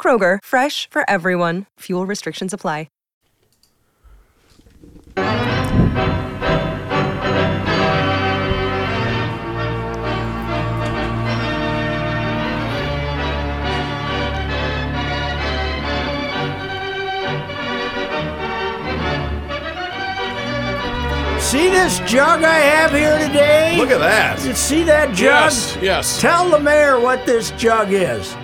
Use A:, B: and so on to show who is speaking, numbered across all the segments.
A: Kroger, fresh for everyone. Fuel restrictions apply.
B: See this jug I have here today?
C: Look at that.
B: You see that jug?
C: Yes, yes.
B: Tell the mayor what this jug is.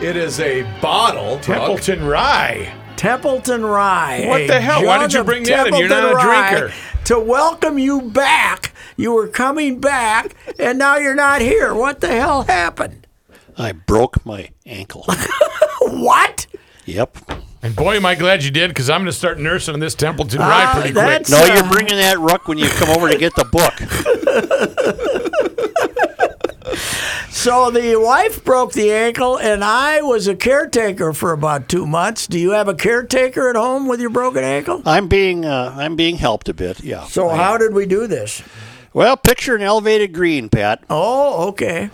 C: It is a bottle. Buck.
D: Templeton Rye.
B: Templeton Rye.
D: What
B: a
D: the hell? Why
B: jug
D: did you
B: of
D: bring that in? You're
B: Templeton
D: not a
B: Rye
D: drinker.
B: To welcome you back. You were coming back, and now you're not here. What the hell happened?
E: I broke my ankle.
B: What?
E: yep.
D: And boy, am I glad you did, because I'm going to start nursing this Templeton Rye
B: Ah,
D: pretty quick.
B: that's-
E: No,
B: Uh,
E: you're bringing that ruck when you come over to get the book.
B: So the wife broke the ankle, and I was a caretaker for about two months. Do you have a caretaker at home with your broken ankle?
E: I'm being uh, I'm being helped a bit. Yeah.
B: So
D: Oh,
E: I-
B: how did we do this?
E: Well, picture an elevated green, Pat,
B: Oh, okay.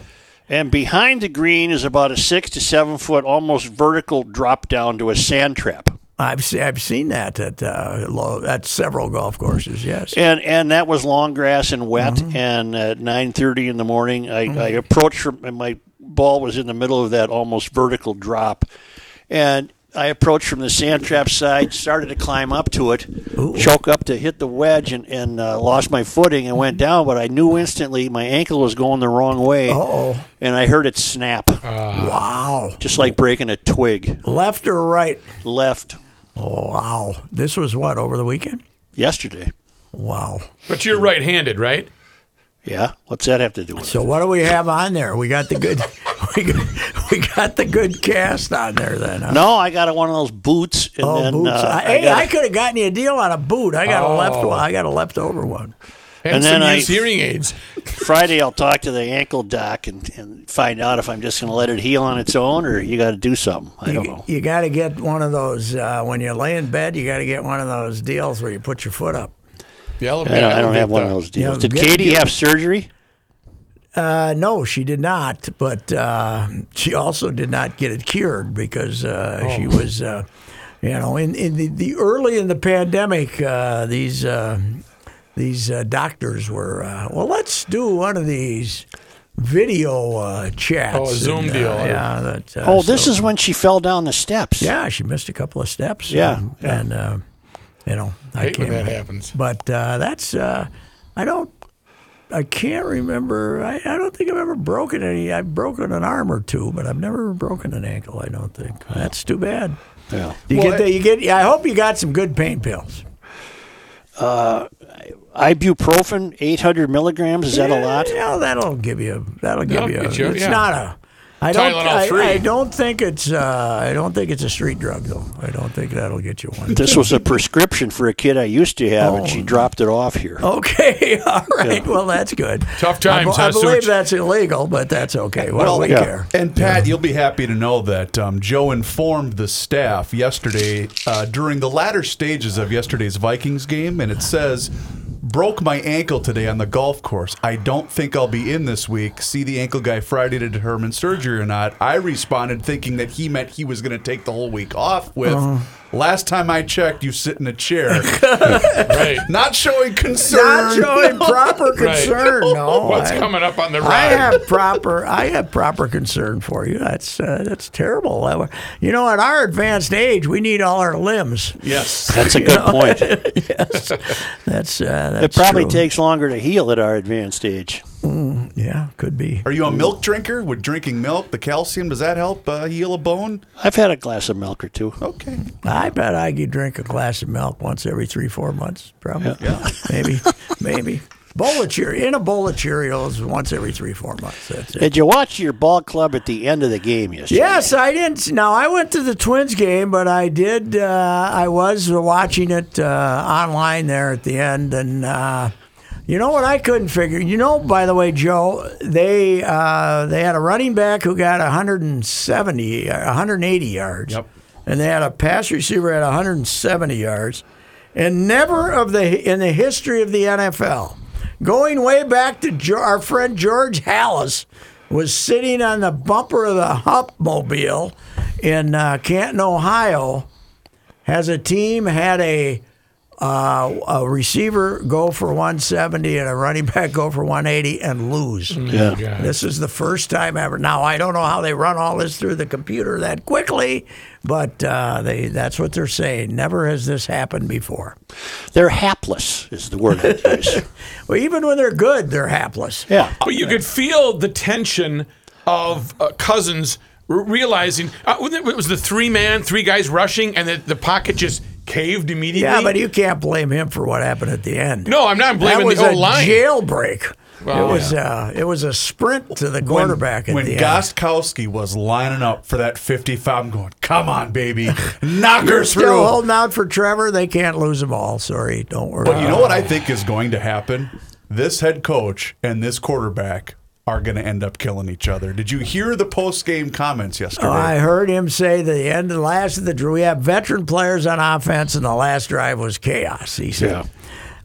E: and behind the green is about a six to seven foot, almost vertical drop down to a sand trap.
B: I've se- I've seen that at uh, lo- at several golf courses. Yes.
E: And and that was long grass and wet.
B: Mm-hmm.
E: And at nine thirty in the morning, I, I approached from and my ball was in the middle of that almost vertical drop, and I approached from the sand trap side, started to climb up to it, choke up to hit the wedge, and and uh, lost my footing and went down. But I knew instantly my ankle was going the wrong way,
B: Oh,
E: and I heard it snap,
B: Uh. wow.
E: just like breaking a twig.
B: Left or right?
E: Left
B: Oh, wow. This was what over the weekend?
E: yesterday.
B: Wow.
D: But you're right handed, right?
E: Yeah, what's that have to do with it?
B: So what do we have on there? We got the good. we, got, we got the good cast on there then. Huh?
E: No, I got one of those boots, and
B: Oh,
E: then
B: boots.
E: uh,
B: I- hey,
E: got
B: I,
E: a-
B: could have gotten you a deal on a boot. I got a left
D: Oh.
B: one. I got a leftover one.
D: And,
E: And
D: some
E: then I-
D: used hearing aids.
E: Friday, I'll talk to the ankle doc and, and find out if I'm just going to let it heal on its own or you got to do something. I don't know.
B: You got to get one of those uh, when you lay in bed. You got to get one of those deals where you put your foot up.
D: The elevator.
E: I don't, I don't have
D: uh,
E: one of those
B: Yeah,
E: deals. Did
B: get-
E: Katie have surgery?
B: Uh, no, she did not, but uh, she also did not get it cured because uh, she
D: Oh.
B: was, uh, you know, in, in the, the early in the pandemic, uh, these uh, these uh, doctors were, uh, well, let's do one of these video uh, chats.
D: Oh, a Zoom
B: uh,
D: deal.
B: yeah. That, uh,
E: Oh, this
B: so-
E: is when she fell down the steps.
B: Yeah, she missed a couple of steps.
E: Yeah,
B: And,
E: yeah.
B: and, uh, you know, I
D: Hate when
B: can't-
D: that happens.
B: But uh, that's, uh, I don't, I can't remember. I, I don't think I've ever broken any. I've broken an arm or two, but I've never broken an ankle. I don't think. That's too bad.
E: Yeah.
B: You
D: Well,
B: get the, you get. I hope you got some good pain pills.
E: Ibuprofen, 800 milligrams. Is that a lot?
B: Yeah, that'll give you. That'll give
D: That'll
B: you.
D: get you,
B: it's
D: yeah.
B: not a. I don't.
D: Tylenol
B: I,
D: three.
B: I don't think it's. Uh, I don't think it's a street drug though. I don't think that'll get you one.
E: This was a prescription for a kid I used to have, and
B: Oh.
E: she dropped it off here.
B: Okay, all right. Well, that's good.
D: Tough times,
B: I,
D: huh,
B: I believe
D: Such?
B: that's illegal, but that's okay. What
C: Well,
B: do we
C: yeah.
B: care?
C: And Pat, you'll be happy to know that um, Joe informed the staff yesterday uh, during the latter stages of yesterday's Vikings game, and it says, "Broke my ankle today on the golf course. I don't think I'll be in this week. See the ankle guy Friday to
B: Uh-huh.
C: determine surgery or not." I responded thinking that he meant he was going to take the whole week off with. Last time I checked, you sit in a chair,
D: Right.
C: not showing concern.
B: Not showing proper concern. No,
D: What's
B: I-
D: coming up on the
B: I
D: ride?
B: have proper. I have proper concern for you. That's uh, that's terrible. I- You know, at our advanced age, we need all our limbs.
C: Yes.
E: That's a good point. It
B: That's uh, that's
E: probably
B: true.
E: takes longer to heal at our advanced age.
B: Yeah, could be.
C: Are you a milk drinker? Would drinking milk, the calcium, does that help uh, heal a bone?
E: I've had a glass of milk or two.
C: Okay.
B: I bet I could drink a glass of milk once every three, four months, probably. maybe, maybe. Bowl of Cheerios, in a bowl of Cheerios once every three, four months. That's it.
E: Did you watch your ball club at the end of the game yesterday?
B: Yes, I didn't. Now I went to the Twins game, but I did. Uh, I was watching it uh, online there at the end, and uh, you know what? I couldn't figure. You know, by the way, Joe, they uh, they had a running back who got 170, uh, 180 yards,
C: Yep.
B: and they had a pass receiver at 170 yards, and never of the in the history of the NFL, going way back to jo- our friend George Hallis, was sitting on the bumper of the Humpmobile in uh, Canton, Ohio. Has a team had a uh, a receiver go for 170 and a running back go for 180 and lose?
E: Yeah.
B: This is the first time ever. Now I don't know how they run all this through the computer that quickly, but uh, they that's what they're saying. Never has this happened before.
E: They're hapless, is the word I use.
B: Well, even when they're good, they're hapless.
E: Yeah.
D: But you could feel the tension of uh, Cousins r- realizing uh, wasn't it it was the three man, three guys rushing, and the, the pocket just caved immediately.
B: Yeah, but you can't blame him for what happened at the end.
D: no, I'm not
B: that
D: blaming
B: was
D: the
B: a
D: O line.
B: jailbreak.
D: Well,
B: it was uh, it was a sprint to the quarterback
C: when
B: at the
C: Gostkowski was lining up for that 55, I'm going, come on, baby, knock her
B: end. Still
C: through.
B: holding out for Trevor. They can't lose them all. Sorry, don't worry.
C: But you know what I think is going to happen? This head coach and this quarterback are going to end up killing each other. Did you hear the post game comments yesterday?
B: Oh, I heard him say that the end of the last of the drive, we have veteran players on offense, and the last drive was chaos. He said,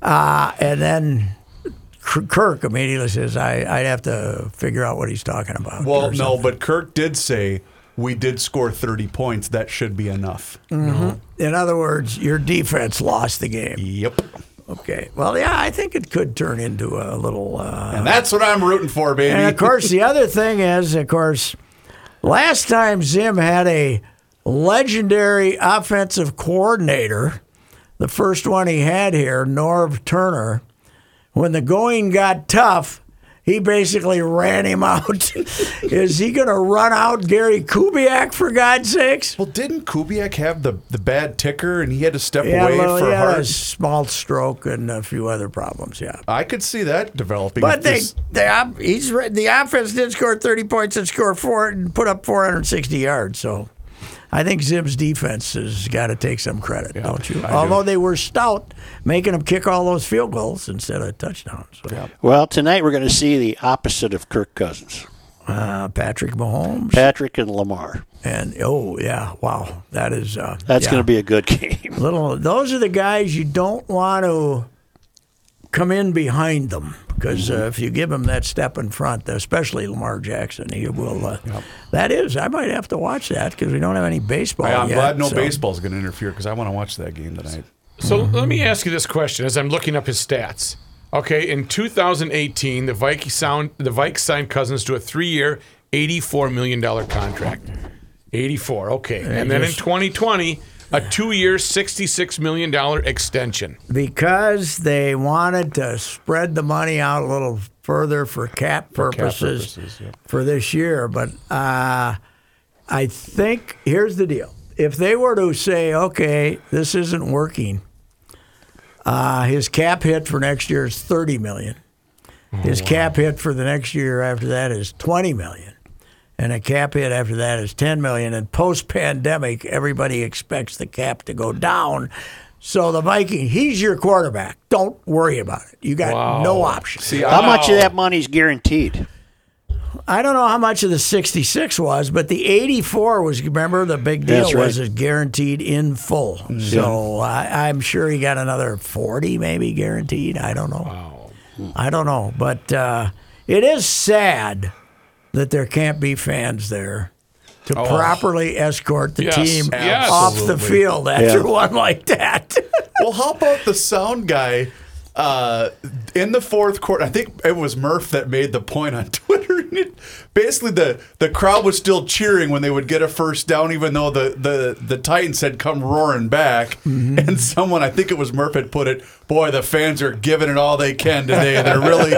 B: uh, and then K- Kirk immediately says, I, "I'd have to figure out what he's talking about."
C: well,
B: or
C: no, but Kirk did say we did score 30 points. That should be enough.
B: In other words, your defense lost the game.
C: Yep.
B: Okay. Well, yeah, I think it could turn into a little. Uh,
C: And that's what I'm rooting for, baby.
B: and of course, the other thing is, of course, last time Zim had a legendary offensive coordinator, the first one he had here, Norv Turner, when the going got tough. He basically ran him out. Is he going to run out Gary Kubiak for God's sakes?
C: Well, didn't Kubiak have the, the bad ticker and he had to step
B: Yeah,
C: away
B: well,
C: for
B: he had a
C: Hart?
B: small stroke and a few other problems. Yeah,
C: I could see that developing.
B: But
C: if
B: they,
C: this-
B: they op- he's re- the offense did score thirty points and score four and put up four hundred sixty yards. So, I think Zim's defense has got to take some credit, don't you? Although they were stout, making them kick all those field goals instead of touchdowns. So,
E: Well, tonight we're going to see the opposite of Kirk Cousins
B: uh, Patrick Mahomes
E: Patrick and Lamar.
B: and oh yeah, wow, that is uh,
E: That's going to be a good game.
B: little. Those are the guys you don't want to come in behind them because uh, if you give him that step in front, especially Lamar Jackson, he will. Uh, That is, I might have to watch that because we don't have any baseball.
C: I'm
B: yet,
C: glad no
B: Oh, so-
C: baseball's going to interfere because I want to watch that game tonight.
D: So let me ask you this question as I'm looking up his stats. Okay, in 2018, the Vikes sound the Vikes signed Cousins to a three-year, 84 million dollar contract. 84. Okay, and then in 2020, a two-year, 66 million dollar extension.
B: Because they wanted to spread the money out a little further for cap purposes for,
C: purposes, yeah.
B: this year. But uh, I think here's the deal. If they were to say, okay, this isn't working, uh, his cap hit for next year is 30 million. His cap hit for the next year after that is 20 million. And a cap hit after that is 10 million. And post pandemic, everybody expects the cap to go down. So the Viking, he's your quarterback. Don't worry about it. You got no option.
C: See,
E: How
C: I'm,
E: much of that money is guaranteed?
B: I don't know how much of the 66 was, but the 84 was, remember, the big deal
E: That's right. Mm-hmm.
B: was it guaranteed in full. So I, I'm sure he got another 40 maybe guaranteed. I don't know. I don't know. But uh, it is sad that there can't be fans there to
E: Oh.
B: properly escort the
D: Yes,
B: team
D: yes.
B: off the
C: Absolutely.
B: field after
E: Yeah.
B: one like that.
C: Well, how about the sound guy uh, in the fourth quarter? I think it was Murph that made the point on Twitter. And it- Basically, the, the crowd was still cheering when they would get a first down, even though the, the, the Titans had come roaring back.
B: Mm-hmm.
C: And someone, I think it was Murph, had put it, "Boy, the fans are giving it all they can today. They're really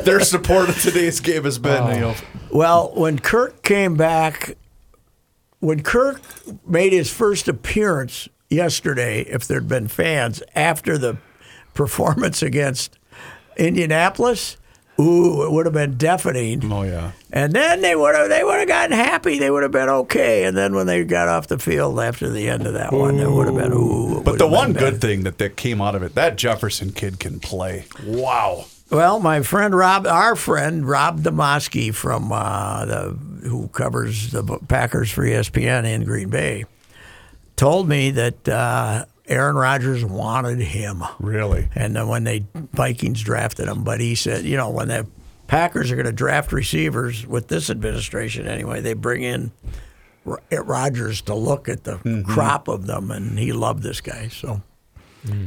C: their support of today's game has been." You know,
B: Well, when Kirk came back, when Kirk made his first appearance yesterday, if there'd been fans after the performance against Indianapolis, ooh, it would have been deafening.
C: oh yeah.
B: And then they would have they would have gotten happy. They would have been okay. And then when they got off the field after the end of that one, it would have been ooh. it would
C: But the
B: have been
C: one
B: bad.
C: good thing that, that came out of it, that Jefferson kid can play. Wow.
B: Well, my friend Rob, our friend Rob Demosky from uh, the who covers the Packers for E ESPN in Green Bay, told me that uh, Aaron Rodgers wanted him,
C: Really?
B: and then when they Vikings drafted him, but he said, you know, when the Packers are going to draft receivers with this administration anyway, they bring in Ro- Rodgers to look at the crop of them, and he loved this guy so.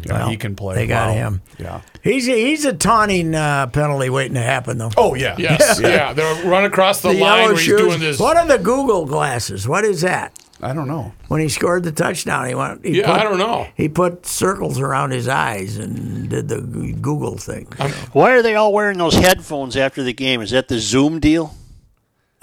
B: Well,
C: he can play.
B: They got
C: Wow.
B: him.
C: Yeah.
B: He's a, he's a taunting uh, penalty waiting to happen though.
C: Oh yeah.
D: Yes, yeah. They're run across the, line where he's doing this.
B: What are the Google glasses? What is that?
C: I don't know.
B: When he scored the touchdown, he went. He
D: Yeah,
B: put,
D: I don't know.
B: He put circles around his eyes and did the Google thing.
E: Why are they all wearing those headphones after the game? Is that the Zoom deal?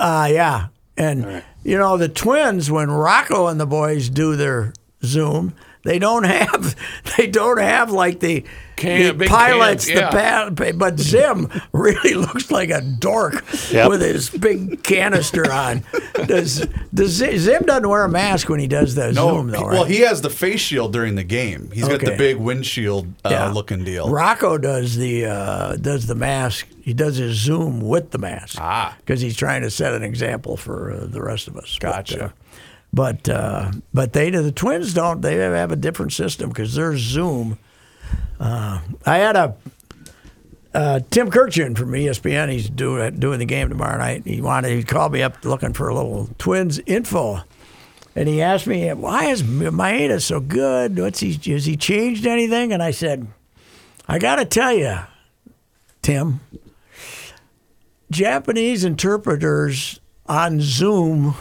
B: Ah, yeah. And you know the twins when Rocco and the boys do their Zoom, they don't have they don't have like the,
D: Can-
B: the
D: big
B: pilots
D: cans, yeah.
B: the pa- but Zim really looks like a dork
E: Yep.
B: with his big canister on. Does does Zim, Zim doesn't wear a mask when he does the
C: No,
B: Zoom
C: he-
B: though?
C: well,
B: right?
C: he has the face shield during the game. He's got
B: Okay.
C: the big windshield uh,
B: Yeah.
C: looking deal.
B: Rocco does the uh, does the mask. He does his Zoom with the mask.
C: Ah.
B: because he's trying to set an example for uh, the rest of us.
C: Gotcha.
B: But uh, but, uh, but they the twins don't. They have a different system because their Zoom. Uh, I had a. Uh, Tim Kirchin from ESPN, he's do, doing the game tomorrow night. He wanted, he called me up looking for a little Twins info, and he asked me, "Why is Maeda so good? What's he? Has he changed anything?" And I said, I got to tell you, Tim, Japanese interpreters on Zoom,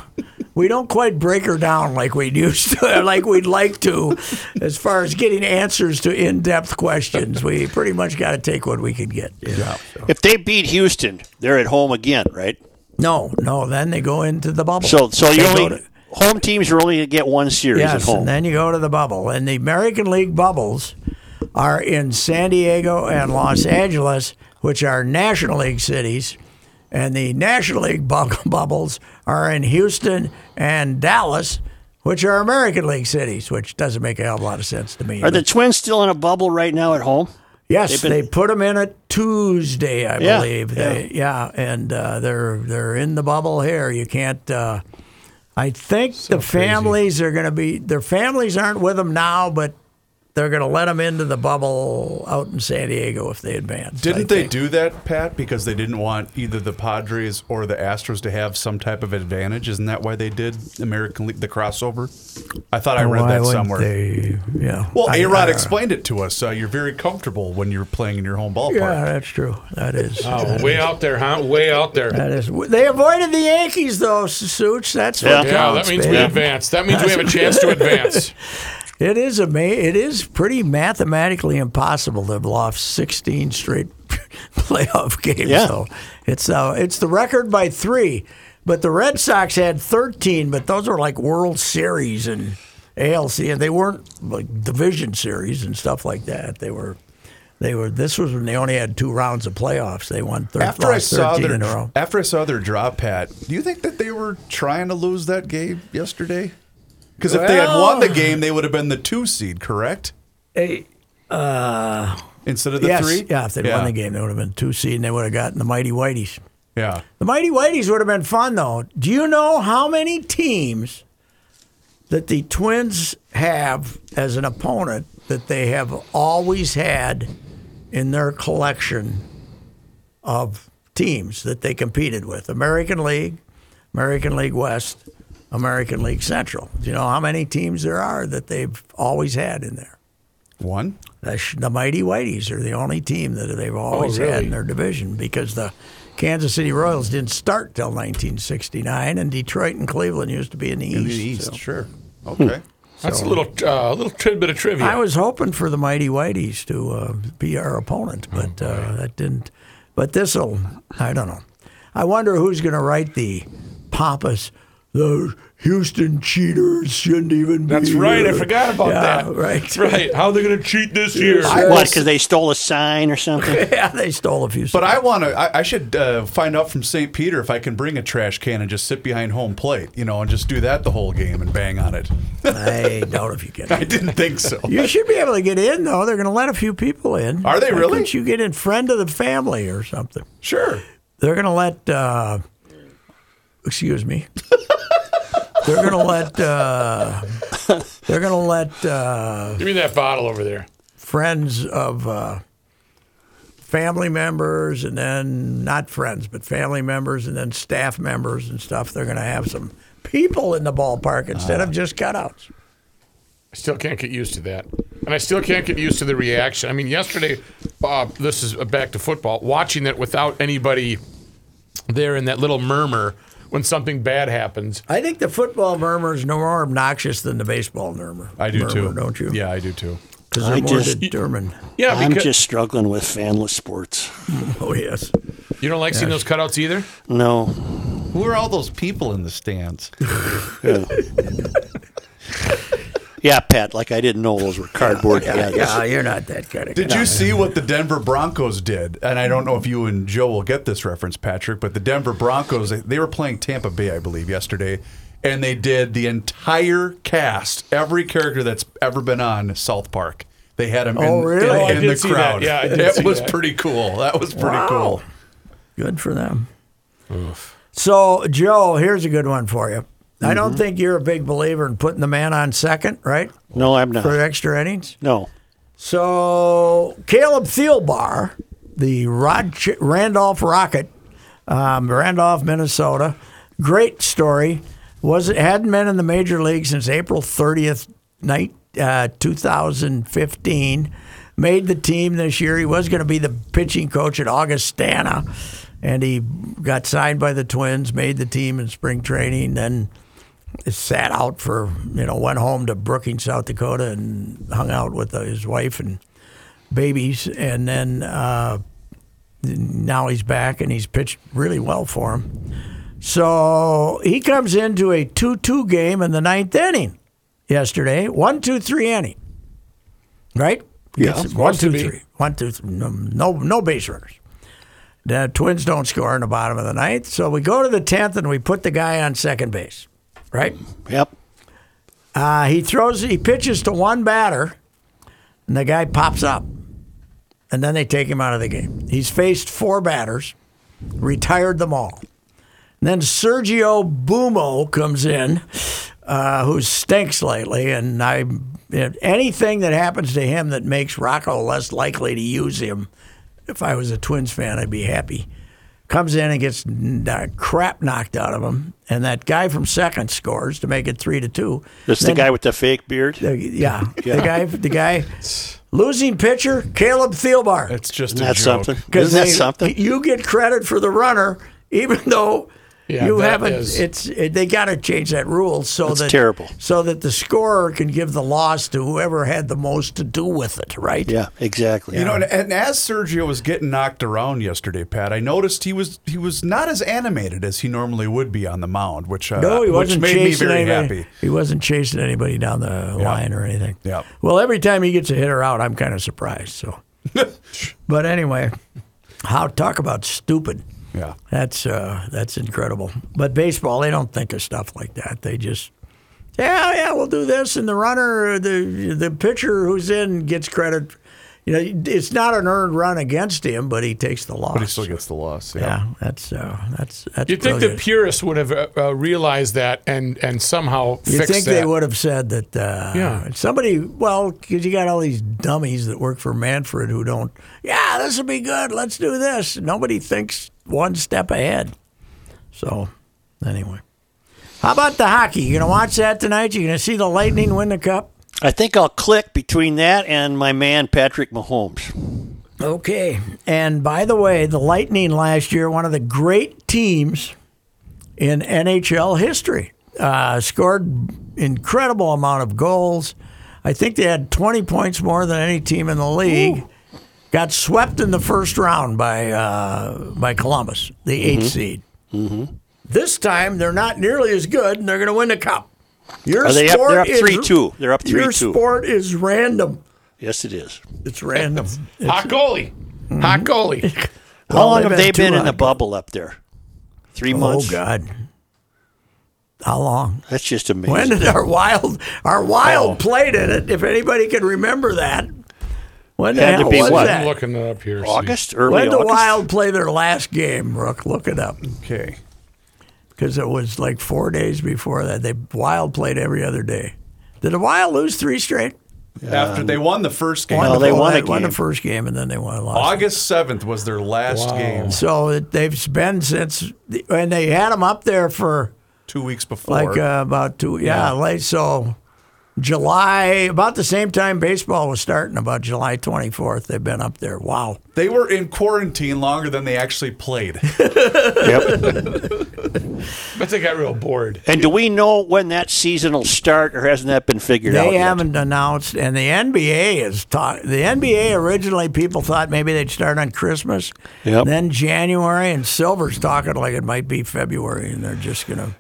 B: we don't quite break her down like we used to, like we'd like to, as far as getting answers to in depth questions. We pretty much got to take what we can get. Yeah.
E: If they beat Houston, they're at home again, right?
B: No, no, then they go into the bubble.
E: So, so you
B: They go
E: only
B: to-
E: home teams are only going to get one series
B: Yes,
E: at home.
B: and then you go to the bubble. And the American League bubbles are in San Diego and Los Angeles, which are National League cities. And the National League bu- bubbles are in Houston and Dallas, which are American League cities, which doesn't make a hell of a lot of sense to me.
E: are the Twins still in a bubble right now at home?
B: yes,
E: they've been-
B: they put them in it Tuesday, I
E: Yeah,
B: believe. They, yeah, and uh, they're they're in the bubble here. You can't. Uh, I think the families are going to be their families aren't with them now, but they're going to let them into the bubble out in San Diego if they advance. I
C: Didn't they
B: think.
C: do that, Pat? Because they didn't want either the Padres or the Astros to have some type of advantage. Isn't that why they did American League the crossover? I thought I read
B: Why
C: that
B: wouldn't
C: somewhere.
B: they? Yeah.
C: Well,
B: I-
C: A Rod
B: I-
C: explained it to us. Uh, you're very comfortable when you're playing in your home
B: Yeah,
C: ballpark.
B: that's true. That is.
D: Oh, way out there, huh? Way out there.
B: That is. They avoided the Yankees though, Suits. That's what
E: Yeah,
D: yeah,
B: counts,
D: that means we
B: baby.
D: advance. That means we have a chance to advance.
B: It is ama- It is pretty mathematically impossible to have lost 16 straight playoff games.
E: Yeah.
B: So it's uh, it's the record by three, but the Red Sox had 13, but those were like World Series and ALC, and they weren't like division series and stuff like that. They were. They were. This was when they only had two rounds of playoffs. They won thir-
C: After I
B: lost
C: saw
B: 13
C: their
B: in a row.
C: after I saw their drop, Pat, do you think that they were trying to lose that game yesterday? Because if they had won the
B: Well-
C: game, they would have been the two seed, correct? Instead of the
B: yes,
C: three.
B: yeah. If they would won the game, they would have been two seed, and they would have gotten the mighty whiteys.
C: Yeah.
B: The Mighty Whiteys would have been fun, though. Do you know how many teams that the Twins have as an opponent that they have always had in their collection of teams that they competed with? American League, American League West, American League Central. Do you know how many teams there are that they've always had in there?
C: One.
B: The, Sh- the Mighty Whiteys are the only team that they've always had
D: Oh, really?
B: in their division because the Kansas City Royals didn't start till 1969, and Detroit and Cleveland used to be in the
C: In the
B: East.
C: East.
B: so. Hmm.
C: Sure. Okay.
D: That's a little uh, a little tidbit of trivia.
B: I was hoping for the Mighty Whiteys to uh, be our opponent,
D: Oh,
B: but uh, that didn't. But this'll, I don't know. I wonder who's going to write the pompous, the Houston cheaters shouldn't even be.
D: That's right. I
B: here."
D: forgot about
B: Yeah,
D: that.
B: Right.
D: Right. How are they going to cheat this year?
B: I
E: What?
B: was-
E: Because they stole a sign or something?
B: yeah, they stole a few.
C: But I want to. I, I should uh, find out from St. Peter if I can bring a trash can and just sit behind home plate, you know, and just do that the whole game and bang on it.
B: I doubt if you
C: I
B: can.
C: didn't think so.
B: You should be able to get in though. They're going to let a few people in.
C: Are they
B: Why
C: really?
B: couldn't you get in friend of the family or something.
C: Sure.
B: They're going to let. Uh, excuse me. they're going to let. Uh, they're going to let uh,
D: Give me that bottle over there.
B: friends of uh, family members, and then not friends, but family members, and then staff members and stuff. They're going to have some people in the ballpark instead
C: Ah.
B: of just cutouts.
D: I still can't get used to that, and I still can't get used to the reaction. I mean, yesterday, uh, this is uh, back to football. Watching that without anybody there in that little murmur when something bad happens.
B: I think the football murmur is no more obnoxious than the baseball murmur.
C: I do
B: murmur,
C: too.
B: Don't you?
C: Yeah, I do too.
B: because they're
E: I
B: more
E: just-
B: determined.
D: Yeah,
E: I'm
D: because
E: just struggling with fanless sports.
B: Oh yes.
D: you don't like seeing those cutouts either.
E: No.
C: Who are all those people in the stands?
E: Yeah, Pat, like I didn't know those were cardboard
B: Yeah,
E: cats.
B: yeah, you're not that kind of.
C: Did
B: guy.
C: you see what the Denver Broncos did? And I don't know if you and Joe will get this reference, Patrick, but the Denver Broncos, they- they were playing Tampa Bay, I believe, yesterday, and they did the entire cast, every character that's ever been on South Park. They had them in,
B: Oh, really?
C: in-
B: Oh, I
C: in
D: did
C: the
D: see that.
C: crowd.
D: Yeah, I did
C: it
D: see
C: was
D: that.
C: pretty cool. That was pretty
B: Wow.
C: cool.
B: Good for them. So, Joe, here's a good one for you. I
E: Mm-hmm.
B: don't think you're a big believer in putting the man on second, right,
E: No, I'm
B: for
E: not.
B: extra innings.
E: No.
B: So, Caleb Thielbar, the Rod- Randolph Rocket, um, Randolph, Minnesota, great story. Was hadn't been in the major league since April 30th, night uh, 2015. Made the team this year. He was going to be the pitching coach at Augustana, and he got signed by the Twins. Made the team in spring training, then sat out for you know went home to Brookings, South Dakota, and hung out with uh, his wife and babies, and then uh, now he's back and he's pitched really well for him. So he comes into a two-two game in the ninth inning yesterday, one two three inning, right?
E: Yeah.
B: Gets it. one
D: Supposed to
B: two
D: be.
B: three, one two three, no no, no base runners. The Twins don't score in the bottom of the ninth, so we go to the tenth and we put the guy on second base, right?
E: Yep.
B: Uh, he throws, he pitches to one batter, and the guy pops up, and then they take him out of the game. He's faced four batters, retired them all. And then Sergio Bumo comes in, uh, who stinks lately, and I if anything that happens to him that makes Rocco less likely to use him. If I was a Twins fan, I'd be happy. Comes in and gets the crap knocked out of him, and that guy from second scores to make it three to two.
E: That's the
B: Then-
E: guy with the fake beard.
B: the, yeah, the guy, the guy, losing pitcher Caleb Thielbar.
C: It's just
E: Isn't
C: a
E: that
C: joke.
E: something? Isn't that
B: they-
E: something?
B: You get credit for the runner, even though
D: Yeah,
B: you
D: that
B: haven't.
D: is-
B: It's it, they got to change that rule so
E: That's
B: that
E: terrible.
B: so that the scorer can give the loss to whoever had the most to do with it. Right?
E: Yeah, exactly.
C: You know, and, and as Sergio was getting knocked around yesterday, Pat, I noticed he was he was not as animated as he normally would be on the mound, which uh,
B: No, he
C: which
B: wasn't
C: made me
B: chasing
C: very
B: anybody.
C: happy.
B: He wasn't chasing anybody down the line or anything.
C: Yeah.
B: Well, every time he gets a hitter out, I'm kind of surprised. So, but anyway, how talk about stupid?
C: Yeah.
B: That's uh, that's incredible. But baseball, they don't think of stuff like that. They just, yeah, yeah, we'll do this, and the runner, the the pitcher who's in gets credit. You know, it's not an earned run against him, but he takes the loss.
C: But he still gets the loss. Yeah.
B: yeah, that's uh, that's that's.
D: You'd think the
B: brilliant.
D: purists would have uh, uh, realized that and and somehow
B: You
D: fixed
B: think
D: that.
B: they would have said that? Uh,
D: Yeah.
B: Somebody, well, because you got all these dummies that work for Manfred who don't. Yeah, this will be good. Let's do this. Nobody thinks one step ahead. So, anyway, How about the hockey? You gonna watch that tonight? You gonna see the Lightning win the cup?
E: I think I'll click between that and my man Patrick Mahomes.
B: Okay. And by the way, the Lightning last year, one of the great teams in NHL history, uh, scored incredible amount of goals. I think they had 20 points more than any team in the league. Got swept in the first round by uh, by Columbus, the
E: Mm-hmm.
B: eighth seed. This time they're not nearly as good, and they're going to win the cup. Your
E: Are they up-
B: sport
E: they're up
B: is-
E: 3-2. They're up
B: Your
E: 3-2.
B: sport is random.
E: Yes, it is.
B: It's random.
D: Hot goalie.
B: Mm-hmm.
D: Hot goalie.
E: How long have they been in the bubble up there? Three months.
B: Oh God! How long?
E: That's just amazing.
B: When did our wild our
E: Oh.
B: wild played in it? If anybody can remember that, when the
E: Had to
B: hell
E: be
B: was
E: what?
D: I'm
B: that?
D: looking it up here. Steve.
E: August, early
B: When did the
E: August.
B: Wild play their last game, Rook? Look it up
C: Okay.
B: because it was like four days before that. They Wild played every other day. Did the Wild lose three straight?
C: After they won the first game,
E: Well, they won a
B: won the
E: game.
B: first game and then they won a loss.
C: August seventh was their last
D: Wow.
C: game.
B: So it- they've been since, the- and they had them up there for
C: Two weeks before,
B: like uh, about two yeah, late so july about the same time baseball was starting about july 24th they've been up there wow
C: they were in quarantine longer than they actually played.
E: Yep.
D: But they got real bored.
E: and do we know when that season will start, or hasn't that been figured out?
B: they
E: yet?
B: haven't announced and the nba is talk the nba originally people thought maybe they'd start on christmas
E: Yep.
B: then january and silver's talking like it might be february and they're just gonna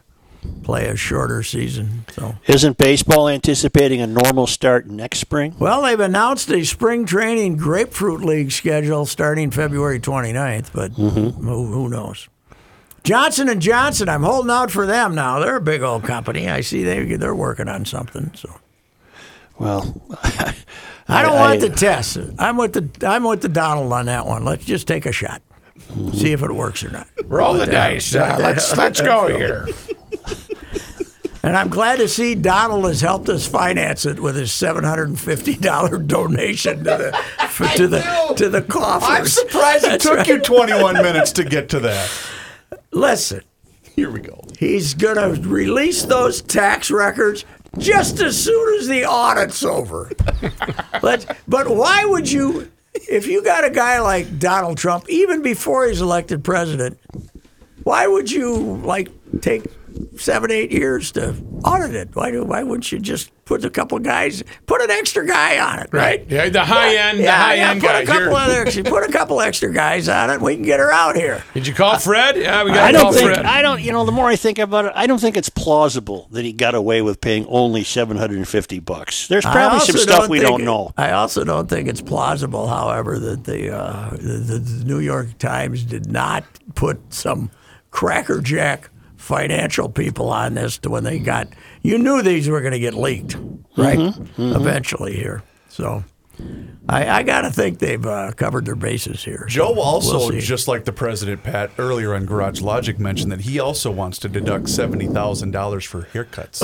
B: play a shorter season so
E: Isn't baseball anticipating a normal start next spring?
B: well they've announced a spring training grapefruit league schedule starting february 29th but
E: Mm-hmm.
B: who, who knows Johnson and Johnson, I'm holding out for them now. They're a big old company. I see they they're working on something. So
E: Well,
B: I don't
E: I-
B: want
E: I-
B: the test. I'm with the I'm with the Donald on that one. Let's just take a shot, see if it works or not.
D: Roll the dice. Uh, let's let's go here.
B: And I'm glad to see Donald has helped us finance it with his seven hundred and fifty dollar donation to the f- to the
C: know.
B: to the coffers.
C: I'm surprised it
B: That's
C: took
B: right.
C: you 21 minutes to get to that.
B: Listen,
C: Here we go.
B: he's gonna release those tax records just as soon as the audit's over. but but why would you if you got a guy like Donald Trump, even before he's elected president, why would you like take seven, eight years to audit it? Why do why wouldn't you just put a couple guys put an extra guy on it, right?
D: Yeah, the high end. The
B: yeah,
D: high
B: yeah,
D: end
B: put
D: guy.
B: a couple
D: Here.
B: other, put a couple extra guys on it. We can get her out here.
D: Did you call Fred? Yeah, we
E: I
D: got to call
E: don't think
D: Fred.
E: I don't. You know, the more I think about it, I don't think it's plausible that he got away with paying only seven hundred and fifty bucks. There's
B: I
E: probably some
B: also
E: stuff we
B: think-
E: don't know.
B: I also don't think it's plausible, however, that the, uh, the, the New York Times did not put some crackerjack financial people on this to when they got. You knew these were going to get leaked,
E: Mm-hmm,
B: right? Eventually here, so I, I got to think they've uh, covered their bases here.
C: Joe
B: So
C: also,
B: we'll see.
C: just like the president, Pat, earlier on Garage Logic mentioned that he also wants to deduct $70,000 for haircuts.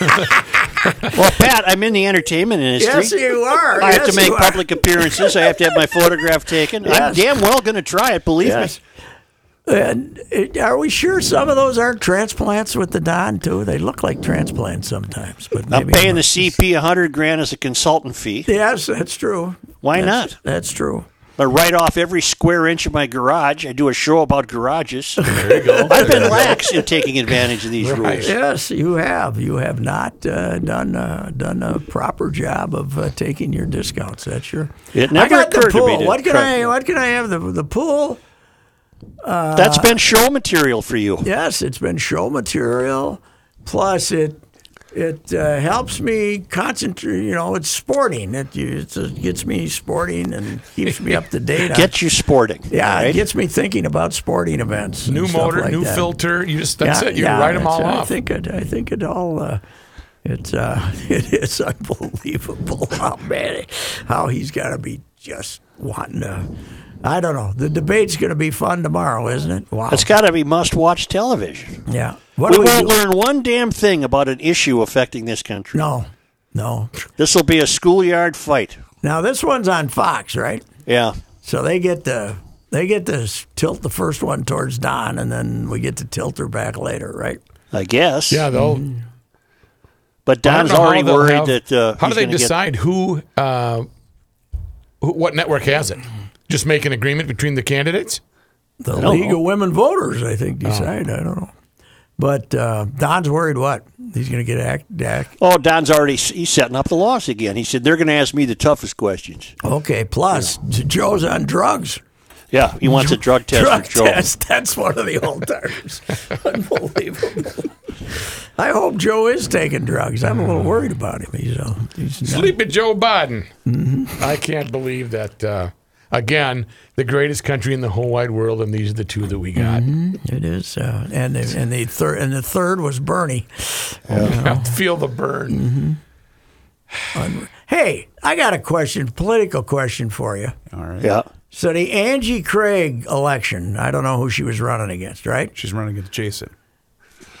E: Well, Pat, I'm in the entertainment industry.
B: yes, you are.
E: I have
B: Yes,
E: to make
B: you are.
E: public appearances. I have to have my photograph taken. I'm
B: Yes.
E: damn well going to try it. Believe
B: Yes. And it, are we sure some of those aren't transplants with the Don too? They look like transplants sometimes, but
E: me. I'm
B: maybe
E: paying the
B: not.
E: CP a hundred grand as a consultant fee.
B: Yes, that's true.
E: Why
B: That's-
E: not?
B: That's true.
E: I write off every square inch of my garage. I do a show about garages.
C: There you go.
E: I've been lax in taking advantage of these rules.
B: Yes, you have. You have not uh, done uh, done a proper job of uh, taking your discounts. That's sure.
E: It
B: I
E: never
B: got the
E: occurred to me
B: pool.
E: to
B: what can
E: try-
B: I? What can I have? The the pool. Uh,
E: That's been show material for you.
B: Yes, it's been show material. Plus, it it uh, helps me concentrate. You know, it's sporting. It, it's, it gets me sporting and keeps me up to date. on-
E: Get you sporting.
B: yeah,
E: all
B: it
E: right?
B: gets me thinking about sporting events. and
D: New
B: stuff
D: motor,
B: like
D: new
B: that.
D: filter. You just that's it. You write them
B: that's-
D: all
B: I
D: off.
B: think it. I think it all. Uh, it's uh, it is unbelievable how man how he's got to be just wanting to. I don't know. The debate's going to be fun tomorrow, isn't it? Wow.
E: It's got to be must watch television.
B: yeah. What
E: We
B: do
E: won't
B: do?
E: learn one damn thing about an issue affecting this country.
B: No, no.
E: This will be a schoolyard fight.
B: Now this one's on Fox, right?
E: Yeah.
B: So they get the they get to s- tilt the first one towards Don, and then we get to tilt her back later, right?
E: I guess.
D: Yeah, they'll.
B: Mm.
E: But
D: I don't
E: Don's
D: know how
E: already
D: they'll
E: worried
D: have-
E: that. Uh,
D: how do
E: he's
D: they
E: gonna get-
D: decide who, uh, who, what network has it? Just make an agreement between the candidates.
B: The
E: Oh.
B: League of Women Voters, I think, decide. I don't know. But uh, Don's worried what? He's going to get act, act.
E: Oh, Don's already he's setting up the loss again. He said they're going to ask me the toughest questions.
B: Okay, plus Joe's on drugs.
E: Yeah, he wants a drug test
B: Drug
E: for Joe.
B: test. That's one of the old terms. Unbelievable. I hope Joe is taking drugs. I'm a little worried about him. He's, uh, he's not-
D: Sleepy Joe Biden.
B: Mm-hmm.
D: I can't believe that. Uh, again, the greatest country in the whole wide world, and these are the two that we got.
B: It is, uh, and the, and the third and the third was Bernie.
D: Feel the burn.
B: Mm-hmm. Hey, I got a question, political question for you.
E: Yeah.
B: So the Angie Craig election, I don't know who she was running against, right?
C: She's running against Jason.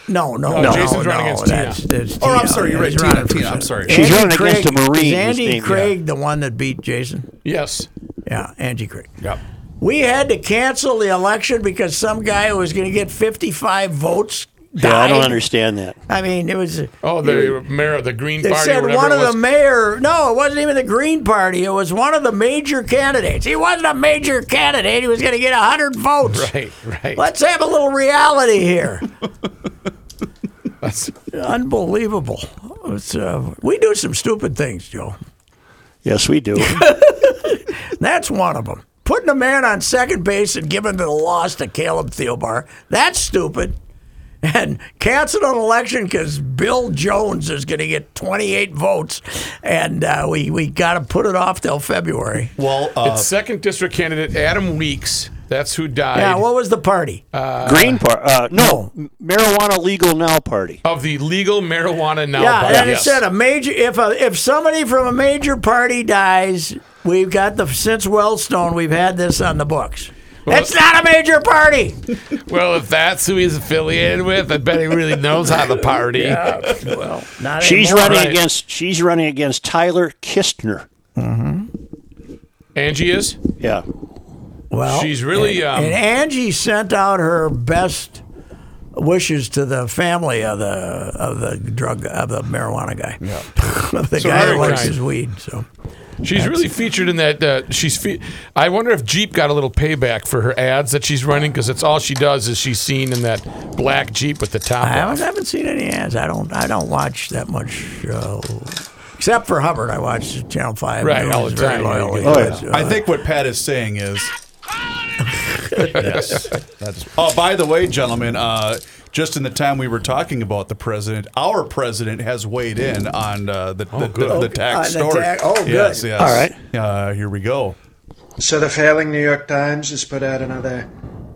B: No, no,
D: No,
B: no.
D: Jason's running against Tina.
B: that's, That's
C: Or, I'm
B: Tina.
C: sorry, you're right,
B: He's
C: Tina,
B: running for
C: Tina, I'm
B: Senate.
C: sorry.
E: She's
B: Angie
E: running
B: Craig-
E: against a
B: Is
E: Marine, his
B: Angie
E: name-
B: Craig the one that beat Jason?
D: Yes.
B: Yeah, Angie Craig.
C: Yep.
B: We had to cancel the election because some guy who was going to get 55 votes died.
E: Yeah, I don't understand that.
B: I mean, it was.
D: Oh, the mayor of the Green
B: They
D: Party. or
B: said
D: whatever
B: one
D: it
B: of the
D: was.
B: mayor. No, it wasn't even the Green Party. It was one of the major candidates. He wasn't a major candidate. He was going to get hundred votes.
D: Right, right.
B: Let's have a little reality here.
D: That's-
B: Unbelievable. It's, uh, we do some stupid things, Joe.
E: Yes, we do.
B: That's one of them. Putting a man on second base and giving the loss to Caleb Theobar. That's stupid. And canceling an election because Bill Jones is going to get 28 votes, and uh, we we got to put it off till February.
C: Well, uh,
D: It's second district candidate Adam Weeks. That's who died
B: Yeah, what was the party?
D: Oh,
E: Green Party. Uh, no, marijuana legal now party.
D: of the legal marijuana now.
B: yeah,
D: party.
B: and it
D: Yes.
B: said a major if a, if somebody from a major party dies, we've got the since Wellstone we've had this on the books. it's not a major party.
D: Well, if that's who he's affiliated with, I bet he really knows how to party.
B: well, not
E: She's
B: anymore.
E: running
D: Right.
E: against she's running against Tyler Kistner.
D: Angie is.
E: Yeah.
B: Well,
D: She's really. Um,
B: and Angie sent out her best wishes to the family of the of the drug of the marijuana guy, of the
D: So
B: guy
D: very
B: that likes
D: kind.
B: his weed. So
D: she's really featured in that. Uh, she's. Fe- I wonder if Jeep got a little payback for her ads that she's running because that's all she does is she's seen in that black Jeep with the top
B: I haven't,
D: off.
B: haven't seen any ads. I don't I don't watch that much. Uh, Except for Hubbard, I watched Channel Five.
D: Right,
B: I
D: all
B: was
D: the
B: very
D: time.
B: loyally.
E: Oh, yeah.
B: but, uh,
C: I think what Pat is saying is. yes. That's, oh, by the way, gentlemen, uh, just in the time we were talking about the president, our president has weighed in on uh, the, the, the, the tax
B: Oh, On the
C: story.
B: tax- oh, good.
C: Yes, yes.
E: All right.
C: Uh, here we go.
F: Instead of failing, New York Times has put out another.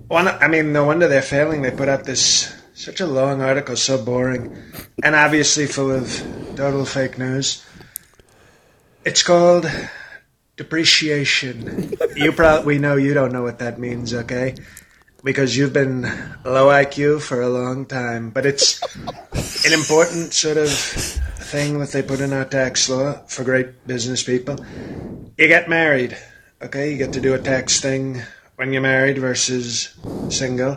F: One, I mean, no wonder they're failing. They put out this such a long article, so boring, and obviously full of total fake news. It's called depreciation. you probably we know you don't know what that means, okay? Because you've been low IQ for a long time, but it's an important sort of thing that they put in our tax law for great business people you get married, okay? You get to do a tax thing when you're married versus single.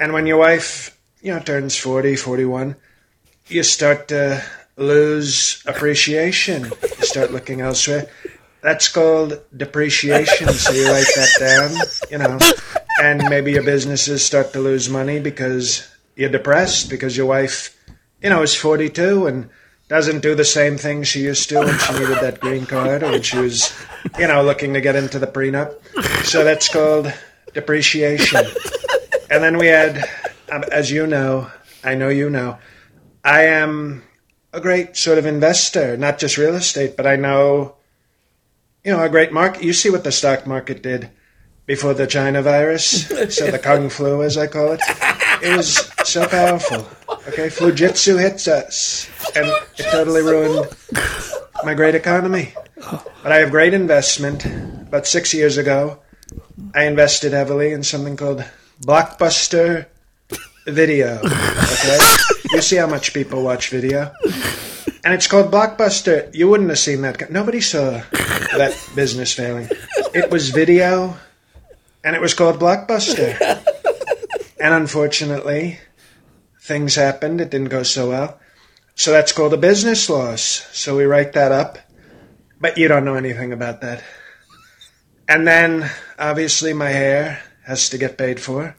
F: And when your wife, you know, turns 40, 41, you start to lose appreciation. You start looking elsewhere. That's called depreciation. So you write that down, you know. And maybe your businesses start to lose money because you're depressed because your wife, you know, is 42 and doesn't do the same thing she used to when she needed that green card or when she was, you know, looking to get into the prenup. So that's called depreciation. And then we had, um, as you know, I know you know, I am a great sort of investor, not just real estate, but I know, you know, a great market. You see what the stock market did before the China virus, so the Kung Flu, as I call it. It was so powerful. Okay, Flujitsu hits us, and it totally ruined my great economy. But I have great investment. About six years ago, I invested heavily in something called Blockbuster Video. Okay, you see how much people watch video, and it's called Blockbuster. You wouldn't have seen that. co- Nobody saw that business failing. It was video, and it was called Blockbuster. And unfortunately, things happened. It didn't go so well. So that's called a business loss. So we write that up. But you don't know anything about that. And then, obviously, my hair has to get paid for.